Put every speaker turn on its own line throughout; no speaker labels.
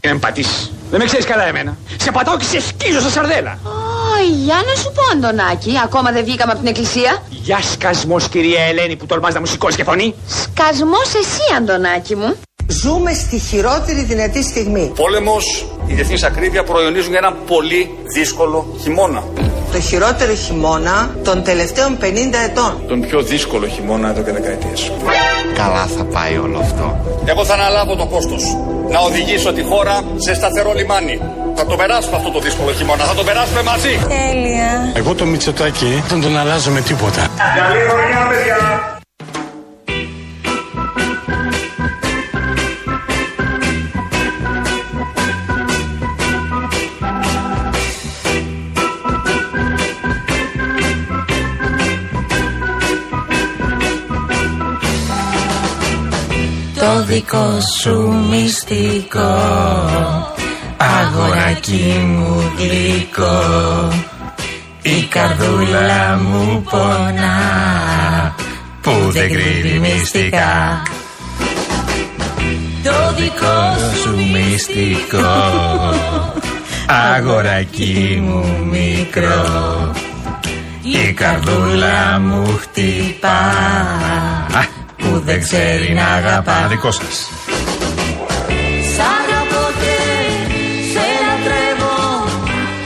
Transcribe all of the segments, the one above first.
Για να με πατήσεις. Δεν με ξέρεις καλά εμένα. Σε πατάω και σε σκίζω στα σαρδέλα.
Ω, για να σου πω, Αντωνάκη, ακόμα δεν βγήκαμε από την εκκλησία.
Γεια σκασμός κυρία Ελένη που τολμάς να μου σηκώσει και φωνή.
Σκασμός εσύ, Αντωνάκη μου.
Ζούμε στη χειρότερη δυνατή στιγμή.
Πόλεμος, η διεθνής ακρίβεια προϊονίζουν για έναν πολύ δύσκολο χειμώνα.
Το χειρότερο χειμώνα των τελευταίων 50 ετών.
Τον πιο δύσκολο χειμώνα εδώ και δεκαετίες.
Καλά θα πάει όλο αυτό.
Εγώ θα αναλάβω το κόστος. Να οδηγήσω τη χώρα σε σταθερό λιμάνι. Θα το περάσουμε αυτό το δύσκολο χειμώνα. Θα το περάσουμε μαζί.
Εγώ το Μητσοτάκι δεν τον αλλάζω με τίποτα.
Καλή χρονιά, παιδιά.
Το δικό σου μυστικό Αγοράκι μου γλυκό Η καρδούλα μου πονά Που δεν κρύβει μυστικά Το δικό σου μυστικό Αγοράκι μου μικρό Η καρδούλα μου χτυπά Που δεν ξέρει να αγαπά
Δικό σας.
Σ' αγαπώ και σε λατρεύω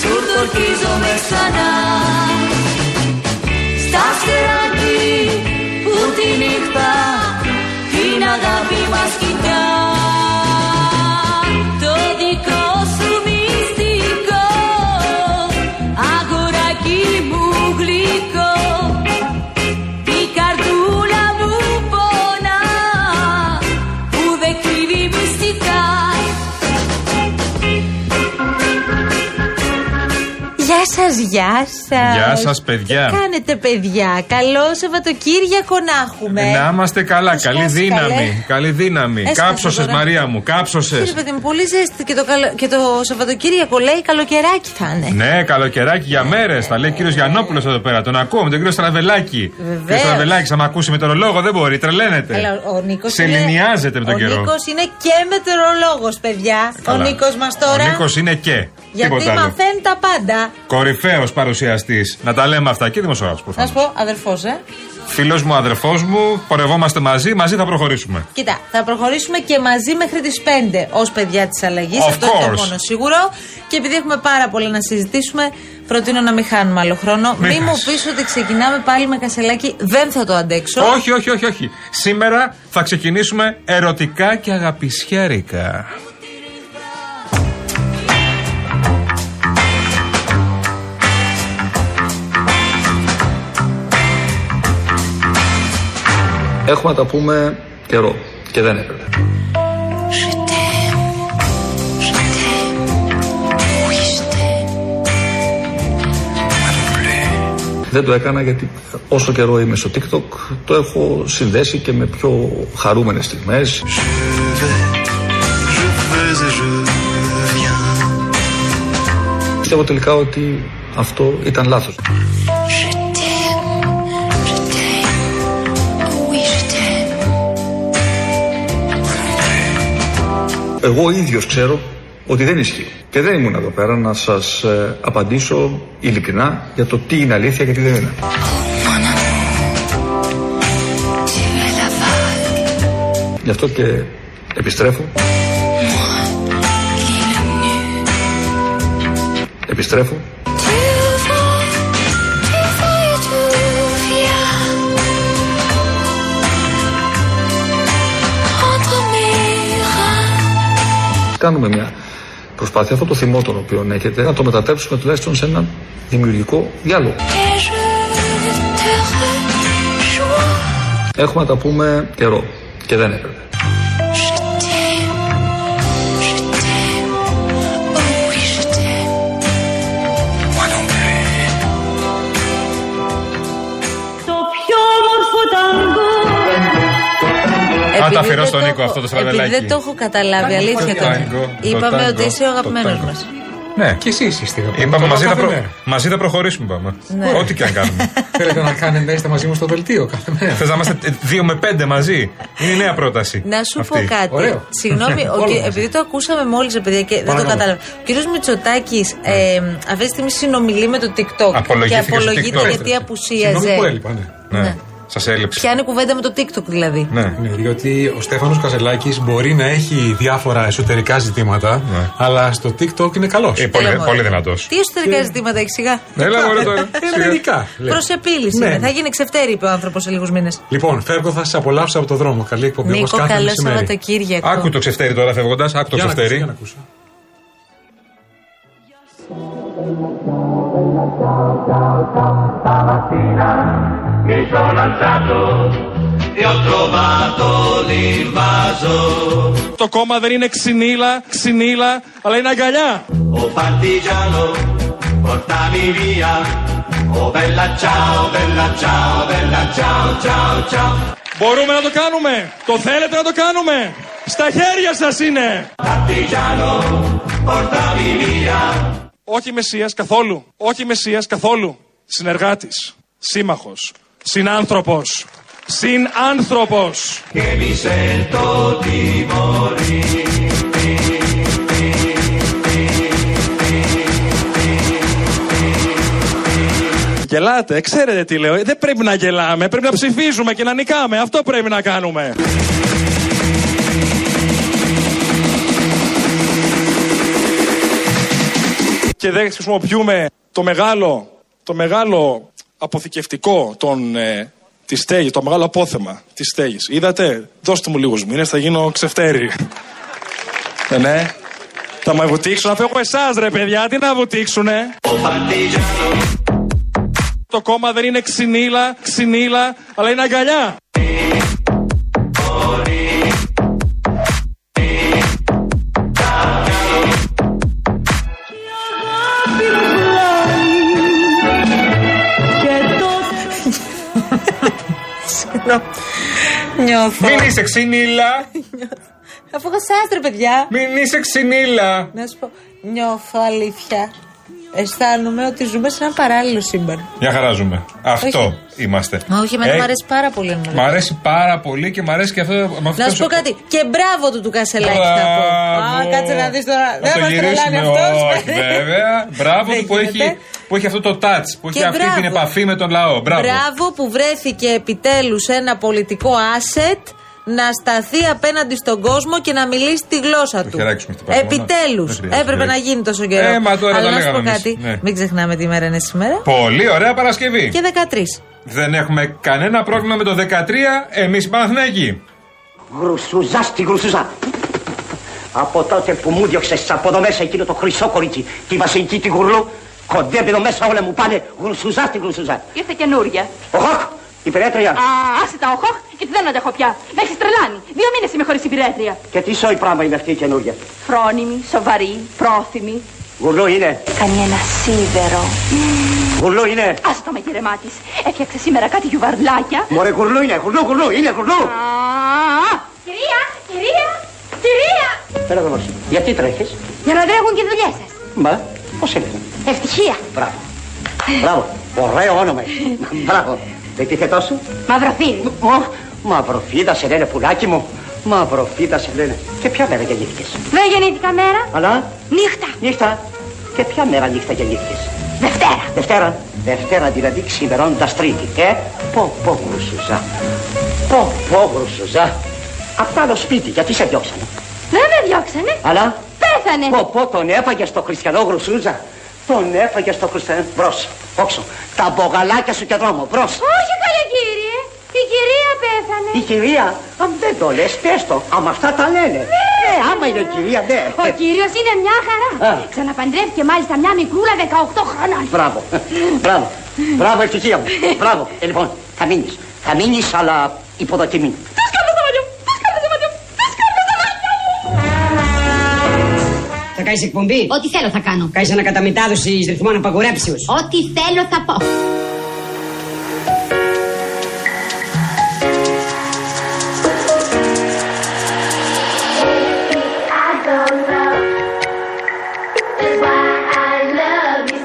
Σου ορκίζομαι ξανά Στα στεράκι που τη νύχτα Την αγάπη μας κοιτά Το δικό σου μυστικό Αγοράκι μου γλυκό Η καρδούλα μου πονά Που δεν κρύβει μυστικά
Γεια σας, γεια σας.
Γεια σας, παιδιά.
Τι κάνετε, παιδιά. Καλό Σαββατοκύριακο να έχουμε.
Να είμαστε καλά.
Πώς
Καλή
πας,
δύναμη.
Ναι. καλέ?
Καλή δύναμη.
Έσκασε,
Κάψωσες
Δωράκη.
Μαρία μου.
Κύριε
Κάψωσες
παιδί μου, πολύ ζέστη και το, καλο... και το Σαββατοκύριακο λέει καλοκαιράκι θα είναι.
Ναι, καλοκαιράκι για μέρες. Τα λέει ο κύριος Γιαννόπουλος εδώ πέρα. Τον ακούω με τον κύριο Στραβελάκη.
Βεβαίως.
Κύριο Στραβελάκη, άμα ακούσει μετεωρολόγο, δεν μπορεί, τρελαίνεται.
Αλλά ο- ο Νίκος
Σεληνιάζεται με τον
ο
καιρό.
Νίκος είναι και μετεωρολόγος, παιδιά.
Καλά.
Ο Νίκος μας τώρα.
Ο Νίκος είναι και.
Γιατί
Τίποτα άλλο.
μαθαίνει τα πάντα.
Κορυφαίος παρουσιαστής. Να τα λέμε αυτά. Και δημοσιογράφος
Να
προφανώ.
σου πω, αδερφός, ε.
Φίλος μου, αδερφός μου, πορευόμαστε μαζί, μαζί θα προχωρήσουμε.
Κοίτα, θα προχωρήσουμε και μαζί μέχρι τις 5 ως παιδιά της αλλαγής.
Of
Αυτό είναι
course.
το μόνο σίγουρο. Και επειδή έχουμε πάρα πολλά να συζητήσουμε, προτείνω να μην χάνουμε άλλο χρόνο.
Μην
Μην μου
χάσεις.
πεις ότι ξεκινάμε πάλι με κασελάκι. Δεν θα το αντέξω.
Όχι, όχι, όχι, όχι. Σήμερα θα ξεκινήσουμε ερωτικά και αγαπησιάρικα.
Έχουμε να τα πούμε καιρό και δεν έπρεπε. Δεν το έκανα γιατί όσο καιρό είμαι στο TikTok το έχω συνδέσει και με πιο χαρούμενες στιγμές. Πιστεύω τελικά ότι αυτό ήταν λάθος. Εγώ ίδιος ξέρω ότι δεν ισχύει. Και δεν ήμουν εδώ πέρα να σας ε, απαντήσω ειλικρινά για το τι είναι αλήθεια και τι δεν είναι. Γι' αυτό και επιστρέφω. Επιστρέφω. Κάνουμε μια προσπάθεια αυτό το θυμό τον οποίο έχετε να το μετατρέψουμε τουλάχιστον σε ένα δημιουργικό διάλογο. Έχουμε να τα πούμε καιρό και δεν έπρεπε.
Επειδή
Α, το αφιερώ
δεν
στον
το
Νίκο
έχω-
αυτό το στραβελάκι.
Επειδή δεν το έχω καταλάβει, αλήθεια
Το
τώρα.
τάγκο, το
Είπαμε
τάγκο,
ότι είσαι ο
το
αγαπημένος
τάγκο.
μας.
Ναι.
Και εσεί είστε εδώ.
Είπαμε μαζί
θα
θα,
ναι.
προ... μαζί θα προχωρήσουμε, πάμε. Ό,τι και αν κάνουμε.
Θέλετε να κάνετε να είστε μαζί μου στο δελτίο κάθε μέρα.
Θες να είμαστε 2 με 5 μαζί. Είναι η νέα πρόταση.
Να σου
αυτή.
πω κάτι.
Ωραίο.
Συγγνώμη, ο
Όλα
κυ-
μαζί.
επειδή το ακούσαμε μόλις, παιδιά, και δεν
Πάμε
το
καλά.
κατάλαβα. Ο κύριος Μητσοτάκης ε, αυτή τη στιγμή συνομιλεί με το TikTok. Και
Ναι. Απολογήθηκε στο
απολογείται
TikTok.
γιατί απουσίαζε.
Συγγνώμη που έλειπα, ναι.
Ναι. Σας έλειψε.
Πιάνει κουβέντα με το TikTok δηλαδή.
Ναι.
Ναι, διότι ο Στέφανος Κασελάκη μπορεί να έχει διάφορα εσωτερικά ζητήματα,
Ναι.
αλλά στο TikTok είναι καλός.
Ε, πολύ,
Έλα, μωρέ.
πολύ δυνατός.
Τι Ε, εσωτερικά ζητήματα έχει σιγά.
Έλα, μωρέ τώρα. Σιγά.
Ελληνικά. λέει.
Προς επίλυση.
Ναι.
είναι. Θα γίνει ξεφτέρη, είπε ο άνθρωπος σε λίγους μήνες.
Λοιπόν, φεύγω, θα σα απολαύσω από το δρόμο. Καλή εκπομπή. όπως
Νίκο,
κάθε
καλό
μεσημέρι.
Σαββατοκύριακο.
Άκου το ξεφτέρι τώρα φεύγοντας. Άκου το
Για να ακούσω, για
ξεφτέρι.
να ακούσω.
Το κόμμα δεν είναι ξυνήλα, ξυνήλα, αλλά είναι αγκαλιά. Μπορούμε να το κάνουμε. Το θέλετε να το κάνουμε. Στα χέρια σας είναι. Όχι Μεσσίας καθόλου. Όχι Μεσσίας καθόλου. Συνεργάτης. Σύμμαχος. Συνάνθρωπος. Συνάνθρωπος. Γελάτε, ξέρετε τι λέω. Ε, Δεν πρέπει να γελάμε, πρέπει να ψηφίζουμε και να νικάμε. Αυτό πρέπει να κάνουμε. Και δεν χρησιμοποιούμε το μεγάλο, το μεγάλο αποθηκευτικό των, ε, της στέγης, το μεγάλο απόθεμα της στέγης. Είδατε, δώστε μου λίγους μήνες, θα γίνω ξεφτέρι. ε, ναι. Θα με βουτήξουν, αφού έχω εσάς ρε παιδιά, τι να βουτήξουνε. Το κόμμα δεν είναι ξυνήλα, ξυνήλα, αλλά είναι αγκαλιά.
Συγγνώμη. Νιώθω.
Μην είσαι ξυνήλα.
Αφού είχα σάστρε, παιδιά.
Μην είσαι ξυνήλα.
Να σου πω, νιώθω αλήθεια. Αισθάνομαι ότι ζούμε σε ένα παράλληλο σύμπαν.
Μια χαρά ζούμε. Αυτό είμαστε.
Όχι, εμένα
Ε,
μου αρέσει πάρα πολύ. να
Μ' αρέσει πάρα πολύ και μ' αρέσει και αυτό. με αυτό
Να σου πω
το-
κάτι. Και μπράβο του του Κασελάκη θα πω. Α,
Μπράβο.
κάτσε να δεις τώρα.
Θα
Δεν
το
μας τρελάνει
γυρίσουμε.
αυτό.
Όχι, βέβαια. Μπράβο του που έχει, που έχει αυτό το touch, που έχει
Και
αυτή
μπράβο.
την επαφή με τον λαό. Μπράβο.
Μπράβο που βρέθηκε επιτέλους ένα πολιτικό asset να σταθεί απέναντι στον κόσμο και να μιλήσει τη γλώσσα του.
χεράκι σου με χτυπάει μόνο.
Επιτέλους.
Δεν χρειάζεται
Έπρεπε να
χεράκι.
γίνει τόσο καιρό.
Ε, μα τώρα
Αλλά
τα
να σου πω
λέγαμε εμείς.
κάτι.
Ναι.
Μην ξεχνάμε τι ημέρα είναι σήμερα.
Πολύ ωραία Παρασκευή.
Και 13.
Δεν έχουμε κανένα πρόβλημα με το 13. Εμεί οι Παναθηναϊκοί.
Γρουσουζά στη γρουσουζά. Από τότε που μου διώξες από εδώ μέσα εκείνο το χρυσό κορίτσι, τη βασιλική τη γουρλού, κοντεύει εδώ μέσα όλα μου πάνε γρουσουζά στη γρουσουζά.
Ήρθε καινούρια.
Οχόχ, η περέτρια.
Α, άσε τα οχόχ, γιατί δεν αντέχω πια. Με έχεις τρελάνει. Δύο μήνες είμαι χωρίς υπηρέτρια.
Και τι σόι πράγμα είναι αυτή η καινούργια.
Φρόνιμη, σοβαρή, πρόθυμη.
Γουρλού είναι,
Κάνει ένα σίδερο.
γουρλού είναι.
Άσε το μαγείρεμά τη. Έφτιαξε σήμερα κάτι γιουβαρλάκια.
Μωρέ γουρλού είναι, γουρλού, γουρλού, είναι γουρλού.
Κυρία, κυρία, κυρία!
Πέρα εδώ μαζί. Γιατί τρέχεις.
Για να τρέχουν και οι δουλειές σας.
Μα, πώς έλεγα.
Ευτυχία.
Μπράβο. Μπράβο. Ωραίο όνομα. έχει. Μπράβο. Επίθετό Ε, σου.
Μαυροθύρι.
Ω, μαυροφίδα σε λένε πουλάκι μου. Μαυροφίδα σε λένε. Και ποια μέρα γεννήθηκες.
Δεν γεννήθηκα μέρα.
Αλλά
Νύχτα.
Νύχτα. Και ποια μέρα νύχτα γεννήθηκες.
Δευτέρα.
Δευτέρα. Δευτέρα δηλαδή ξημερώντας τρίτη. Ε, πω πω γρουσουζά. Πω πω γρουσουζά. Απ' το άλλο σπίτι, γιατί σε διώξανε.
Δεν με διώξανε.
Αλλά,
Πέθανε.
πω πω τον έφαγε στο χριστιανό γρουσούζα. Τον έφαγε στο χριστιανό. Μπρος, όξο. Τα μπογαλάκια σου και δρόμο, μπρος.
Όχι καλέ κύριε. Η κυρία πέθανε.
Η κυρία, αν δεν το λες, πες το. Αμα αυτά τα λένε. Ναι, άμα είναι κυρία, ναι.
Ο κύριος είναι μια χαρά.
Α.
Ξαναπαντρεύτηκε μάλιστα μια μικρούλα 18 χρονών.
Μπράβο. Μπράβο. Μπράβο, ευτυχία μου. Μπράβο. Ε, λοιπόν, θα μείνεις. Θα μείνεις, αλλά υποδοκιμή.
Τους κάνω τα μάτια μου. Τους κάνω τα μάτια μου. Τους κάνω τα μάτια μου.
Θα κάνεις εκπομπή.
Ό,τι θέλω θα κάνω.
Κάνεις ανακαταμετάδοση ρυθμών απαγορέψεω.
Ό,τι θέλω θα πω.
I don't know why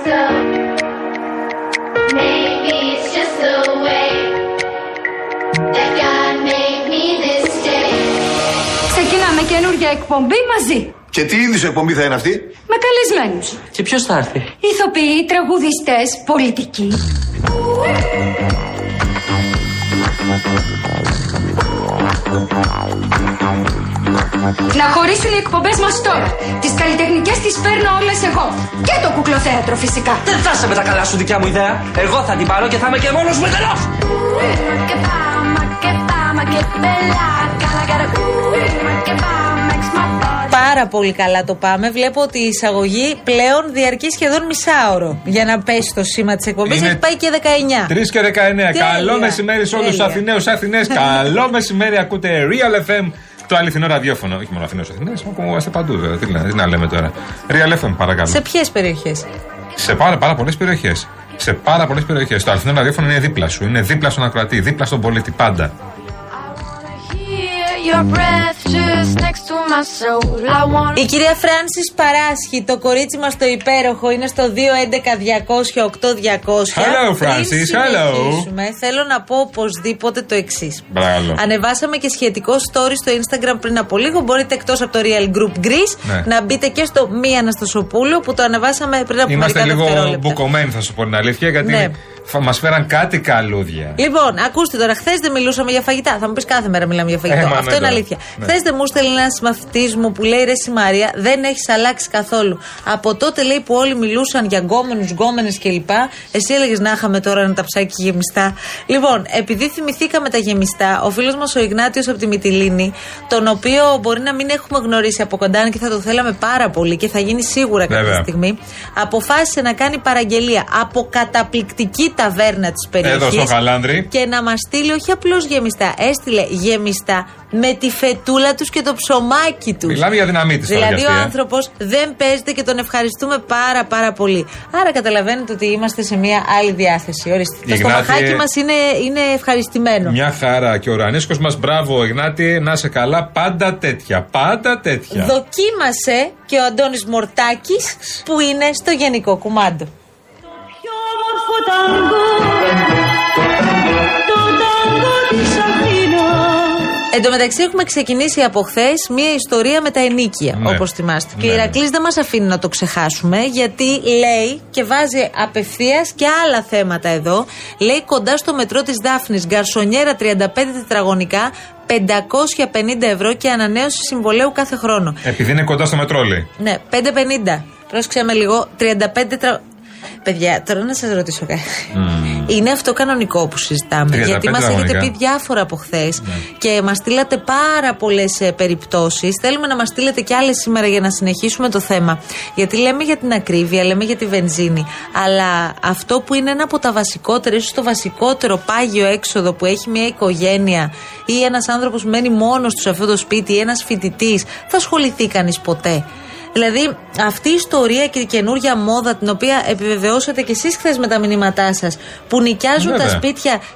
εκπομπή μαζί.
Και τι είδους εκπομπή θα είναι αυτή,
Με καλεσμένους.
Και ποιος θα έρθει.
Ηθοποιοί, τραγουδιστές, πολιτικοί. Να χωρίσουν οι εκπομπές μας τώρα. Τις καλλιτεχνικές τις παίρνω όλες εγώ. Και το κουκλοθέατρο φυσικά.
Δεν θα είσαι με τα καλά σου δικιά μου ιδέα. Εγώ θα την πάρω και θα είμαι και μόνος μου εντελώ.
Πάρα πολύ καλά το πάμε. Βλέπω ότι η εισαγωγή πλέον διαρκεί σχεδόν μισάωρο. Για να πέσει το σήμα της εκπομπής,
Είναι
έχει πάει και 19.
3 και 19. Καλό μεσημέρι σε όλους τους
Τέλεια.
Αθηναίους Αθηνές. Καλό μεσημέρι. Ακούτε Real FM, το αληθινό ραδιόφωνο. Όχι μόνο Αθηναίους Αθηνέ, ακουγόμαστε παντού βέβαια. Τι να, τι να λέμε τώρα. Real FM, παρακαλώ.
Σε
Σε,
ποιες περιοχές.
πάρα, πάρα πολλές περιοχές. Σε πάρα πολλές περιοχές. Το αληθινό ραδιόφωνο είναι δίπλα σου. Είναι δίπλα στον ακροατή, δίπλα στον πολίτη πάντα.
Η κυρία Φράνσις παράσχει το κορίτσι μας το υπέροχο είναι στο 211-200-8200
Hello,
Πριν
Francis, hello.
συνεχίσουμε, Θέλω να πω οπωσδήποτε το εξής.
Μπράβο.
Ανεβάσαμε και σχετικό story στο Instagram πριν από λίγο. Μπορείτε εκτός από το Real Group Greece
Ναι.
να μπείτε και στο Μία Αναστασοπούλου που το ανεβάσαμε πριν από
Είμαστε
μερικά
λίγο
δευτερόλεπτα.
μπουκωμένοι, θα σου πω την αλήθεια,
Ναι.
γιατί μας φέραν κάτι καλούδια.
Λοιπόν, ακούστε τώρα, χθες δεν μιλούσαμε για φαγητά. Θα μου πεις κάθε μέρα μιλάμε για φαγητό.
Ε, μα,
Αυτό
ναι,
είναι
τώρα.
αλήθεια.
Ναι.
Χθες δεν μου στέλνει ένας μαθητής μου που λέει ρε εσύ Μαρία, δεν έχεις αλλάξει καθόλου. Από τότε λέει που όλοι μιλούσαν για γκόμενους, γκόμενες κλπ. Εσύ έλεγες να είχαμε τώρα ένα ταψάκι γεμιστά. Λοιπόν, επειδή θυμηθήκαμε τα γεμιστά, ο φίλος μας ο Ιγνάτιος από τη Μυτιλίνη, τον οποίο μπορεί να μην έχουμε γνωρίσει από κοντά αν και θα το θέλαμε πάρα πολύ και θα γίνει σίγουρα κάποια
Βέβαια.
στιγμή, αποφάσισε να κάνει παραγγελία από καταπληκτική ταβέρνα της περιοχής.
Εδώ στο Χαλάνδρη.
Και να μας στείλει όχι απλώς γεμιστά. Έστειλε γεμιστά με τη φετούλα τους και το ψωμάκι τους.
Μιλάμε για δυναμή της τώρα.
Δηλαδή
για
ο
αυτή, ε.
άνθρωπος δεν παίζεται και τον ευχαριστούμε πάρα πάρα πολύ. Άρα καταλαβαίνετε ότι είμαστε σε μια άλλη διάθεση. Ορίστε. Το
Ιγνάτη,
στομαχάκι μας είναι, είναι ευχαριστημένο.
Μια χαρά και ο Ρανίσκος μας, μπράβο, Εγνάτη, να είσαι καλά. Πάντα τέτοια. Πάντα τέτοια.
Δοκίμασε και ο Αντώνης Μορτάκης που είναι στο Γενικό Κουμάντο.
όμορφο ταγκό Το ταγκό της Αθήνας
Εν τω μεταξύ, έχουμε ξεκινήσει από χθες μία ιστορία με τα ενίκια,
Ναι.
όπως θυμάστε. Και η
Ναι.
Ηρακλής δεν μας αφήνει να το ξεχάσουμε, γιατί λέει και βάζει απευθείας και άλλα θέματα εδώ. Λέει κοντά στο μετρό της Δάφνης, γκαρσονιέρα 35 τετραγωνικά, 550 ευρώ και ανανέωση συμβολέου κάθε χρόνο.
Επειδή είναι κοντά στο μετρόλι.
Ναι, 550. Πρόσεξε με λίγο, 35 τετρα... Παιδιά, τώρα να σας ρωτήσω κάτι. Είναι αυτό κανονικό που συζητάμε.
35
Γιατί μας έχετε
τετραγωνικά.
πει διάφορα από χθες και μας στείλατε πάρα πολλές περιπτώσεις. Θέλουμε να μας στείλετε κι άλλες σήμερα για να συνεχίσουμε το θέμα. Γιατί λέμε για την ακρίβεια, λέμε για τη βενζίνη. Αλλά αυτό που είναι ένα από τα βασικότερα, ίσως το βασικότερο πάγιο έξοδο που έχει μια οικογένεια ή ένας άνθρωπος που μένει μόνος του σε αυτό το σπίτι ή ένας φοιτητής, θα ασχοληθεί κανείς ποτέ. Δηλαδή, αυτή η ιστορία και η καινούργια μόδα, την οποία επιβεβαιώσατε κι εσείς χθες με τα μηνύματά σας, που νοικιάζουν
Βέβαια.
τα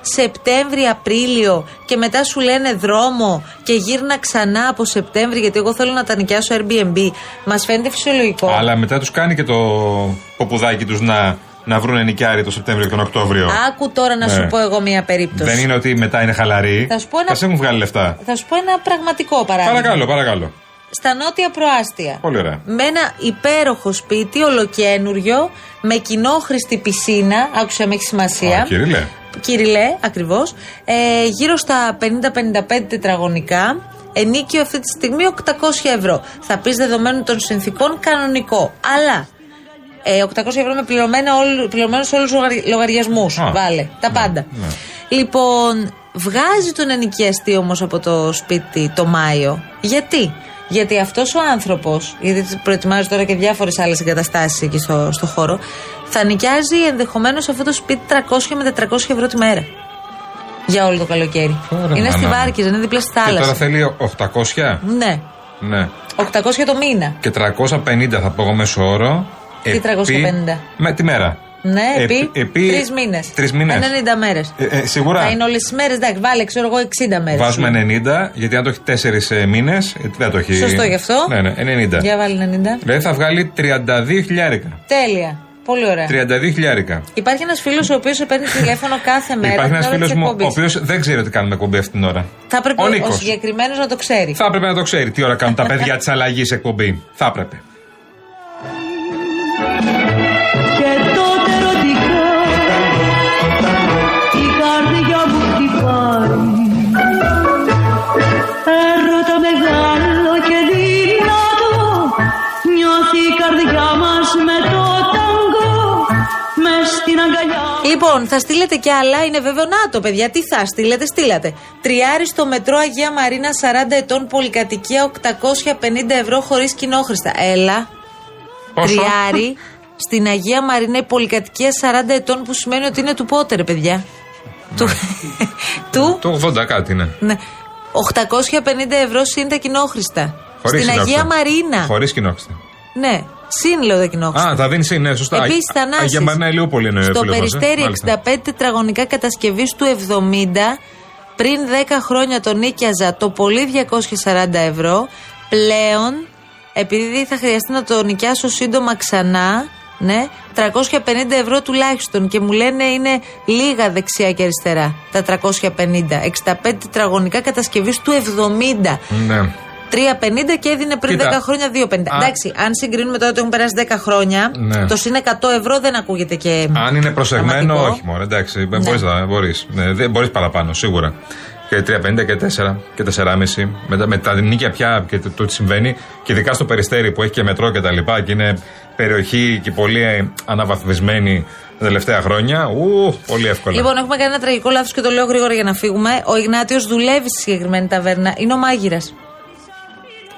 σπίτια Σεπτέμβρη-Απρίλιο και μετά σου λένε δρόμο και γύρνα ξανά από Σεπτέμβρη, γιατί εγώ θέλω να τα νοικιάσω Airbnb. Μας φαίνεται φυσιολογικό.
Αλλά μετά τους κάνει και το ποπουδάκι τους να, να βρουν νοικιάρι το Σεπτέμβριο και τον Οκτώβριο.
Άκου τώρα να
Ναι.
σου πω εγώ μία περίπτωση.
Δεν είναι ότι μετά είναι χαλαροί.
Θα σου πω ένα-
Θα σε έχουν βγάλει λεφτά.
Θα σου πω ένα πραγματικό παράδειγμα.
Παρακαλώ, παρακαλώ.
Στα νότια προάστια.
Πολύ ωραία.
με ένα υπέροχο σπίτι, ολοκένουριο, με κοινόχρηστη πισίνα. Άκουσα, με έχει σημασία.
Α, Κυρίλε.
Κυριλέ, ακριβώς. Ε, γύρω στα 50-55 τετραγωνικά. Ενίκιο αυτή τη στιγμή 800 ευρώ. Θα πεις δεδομένου των συνθήκων κανονικό. Αλλά ε, 800 ευρώ με πληρωμένα όλου- πληρωμένους όλους τους λογαριασμούς.
Α,
Βάλε, Ε, τα πάντα.
Ναι,
Λοιπόν, βγάζει τον ενοικιαστή όμως από το σπίτι το Μάιο. Γιατί? Γιατί αυτός ο άνθρωπος, γιατί προετοιμάζει τώρα και διάφορες άλλες εγκαταστάσεις εκεί στο, στο χώρο, θα νοικιάζει ενδεχομένως αυτό το σπίτι 300 με 400 ευρώ τη μέρα. Για όλο το καλοκαίρι. είναι στη
μάνα.
Βάρκιζα, είναι δίπλα στη
ναι. Και
θάλασσα.
τώρα θέλει 800.
Ναι,
Ναι.
800 το μήνα.
Και 350 θα πω εγώ μέσω όρο.
Τι
Επί-
350?
Με τη μέρα.
Ναι,
Ε, Επί-
επί,
επί-
τρεις μήνες.
τρεις μήνες.
90 μέρες.
Ε, ε, σίγουρα.
Θα είναι όλες τις μέρες, εντάξει, βάλε, ξέρω εγώ, 60 μέρες.
Βάζουμε 90, γιατί αν το έχει ε, 4 μήνες, δεν το έχει.
Σωστό γι' αυτό.
Ναι, ναι, 90.
Για βάλει 90.
Δηλαδή θα βγάλει 32 χιλιάρικα.
Τέλεια. Πολύ ωραία.
32 χιλιάρικα.
Υπάρχει ένας φίλος ο οποίος παίρνει τηλέφωνο κάθε Ε, μέρα.
Υπάρχει ένας
την ώρα της
φίλος μου ο
εκπομπής.
οποίος δεν ξέρει ότι κάνουμε εκπομπή αυτή την ώρα.
Θα έπρεπε
Ο
ο,
Νίκος.
συγκεκριμένος να το ξέρει.
Θα έπρεπε να το ξέρει τι ώρα κάνουν τα παιδιά της αλλαγής εκπομπή. Θα έπρεπε.
Και τότε ρωτικά η καρδιά μου χτυπάει Έρωτα μεγάλο και δυνατό νιώθει η καρδιά μας με το ταγκό μες στην αγκαλιά
Λοιπόν, θα στείλετε κι άλλα. Είναι βέβαιο να το, παιδιά. Τι θα στείλετε, στείλατε. Τριάρι στο μετρό Αγία Μαρίνα, 40 ετών, πολυκατοικία, 850 ευρώ χωρίς κοινόχρηστα. Έλα.
Πόσο?
Τριάρι στην Αγία Μαρίνα, η πολυκατοικία 40 ετών, που σημαίνει ότι είναι του πότερ, παιδιά. Του. του.
Το 80 κάτι είναι.
Ναι. 850 ευρώ συν τα κοινόχρηστα.
Χωρίς
στην Αγία
κοινόχρηστα.
Μαρίνα.
Χωρίς κοινόχρηστα.
Ναι, συν λέω τα κοινόχρηστα.
Α, θα δίνει συν, ναι, σωστά.
Επίσης, Θανάσης,
Αγία Μαρίνα Ηλιούπολη είναι ο
Στο
φίλος μας, ε.
περιστέρι
Μάλιστα.
65 τετραγωνικά κατασκευής του 70, πριν 10 χρόνια τον νοίκιαζα το πολύ 240 ευρώ. Πλέον, επειδή θα χρειαστεί να το νοικιάσω σύντομα ξανά, ναι, 350 ευρώ τουλάχιστον και μου λένε είναι λίγα δεξιά και αριστερά τα 350. 65 τετραγωνικά κατασκευής του 70.
Ναι.
3,50 και έδινε πριν
Κοίτα.
10 χρόνια 2,50. Εντάξει, αν συγκρίνουμε τώρα ότι έχουν περάσει 10 χρόνια,
Ναι.
το συν 100 ευρώ δεν ακούγεται και.
Αν είναι προσεγμένο,
Mm. Πραγματικό.
όχι μόνο. Εντάξει, μπορείς να μπορείς. Ναι, δεν μπορείς παραπάνω, σίγουρα. Και 3,50 και 4 και 4,5. Μετά με τα νίκια πια και το, το τι συμβαίνει. Και ειδικά στο περιστέρι που έχει και μετρό και τα λοιπά. Και είναι περιοχή και πολύ ε, αναβαθμισμένη τα τελευταία χρόνια. Ου, πολύ εύκολα.
Λοιπόν, έχουμε κάνει ένα τραγικό λάθος και το λέω γρήγορα για να φύγουμε. Ο Ιγνάτιος δουλεύει στη συγκεκριμένη ταβέρνα. Είναι ο μάγειρας.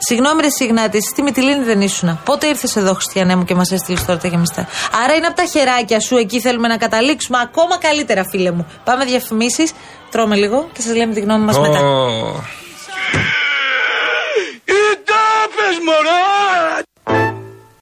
Συγγνώμη, Ρε Σιγνάτη, εσύ στη Μυτιλίνη δεν ήσουν. Πότε ήρθες εδώ, Χριστιανέ μου, και μας έστειλες τώρα τα γεμιστά. Άρα είναι από τα χεράκια σου, εκεί θέλουμε να καταλήξουμε. Ακόμα καλύτερα, φίλε μου. Πάμε διαφημίσεις, τρώμε λίγο και σας λέμε τη γνώμη μας
Ω,
μετά.
Οι τάπες μωρά!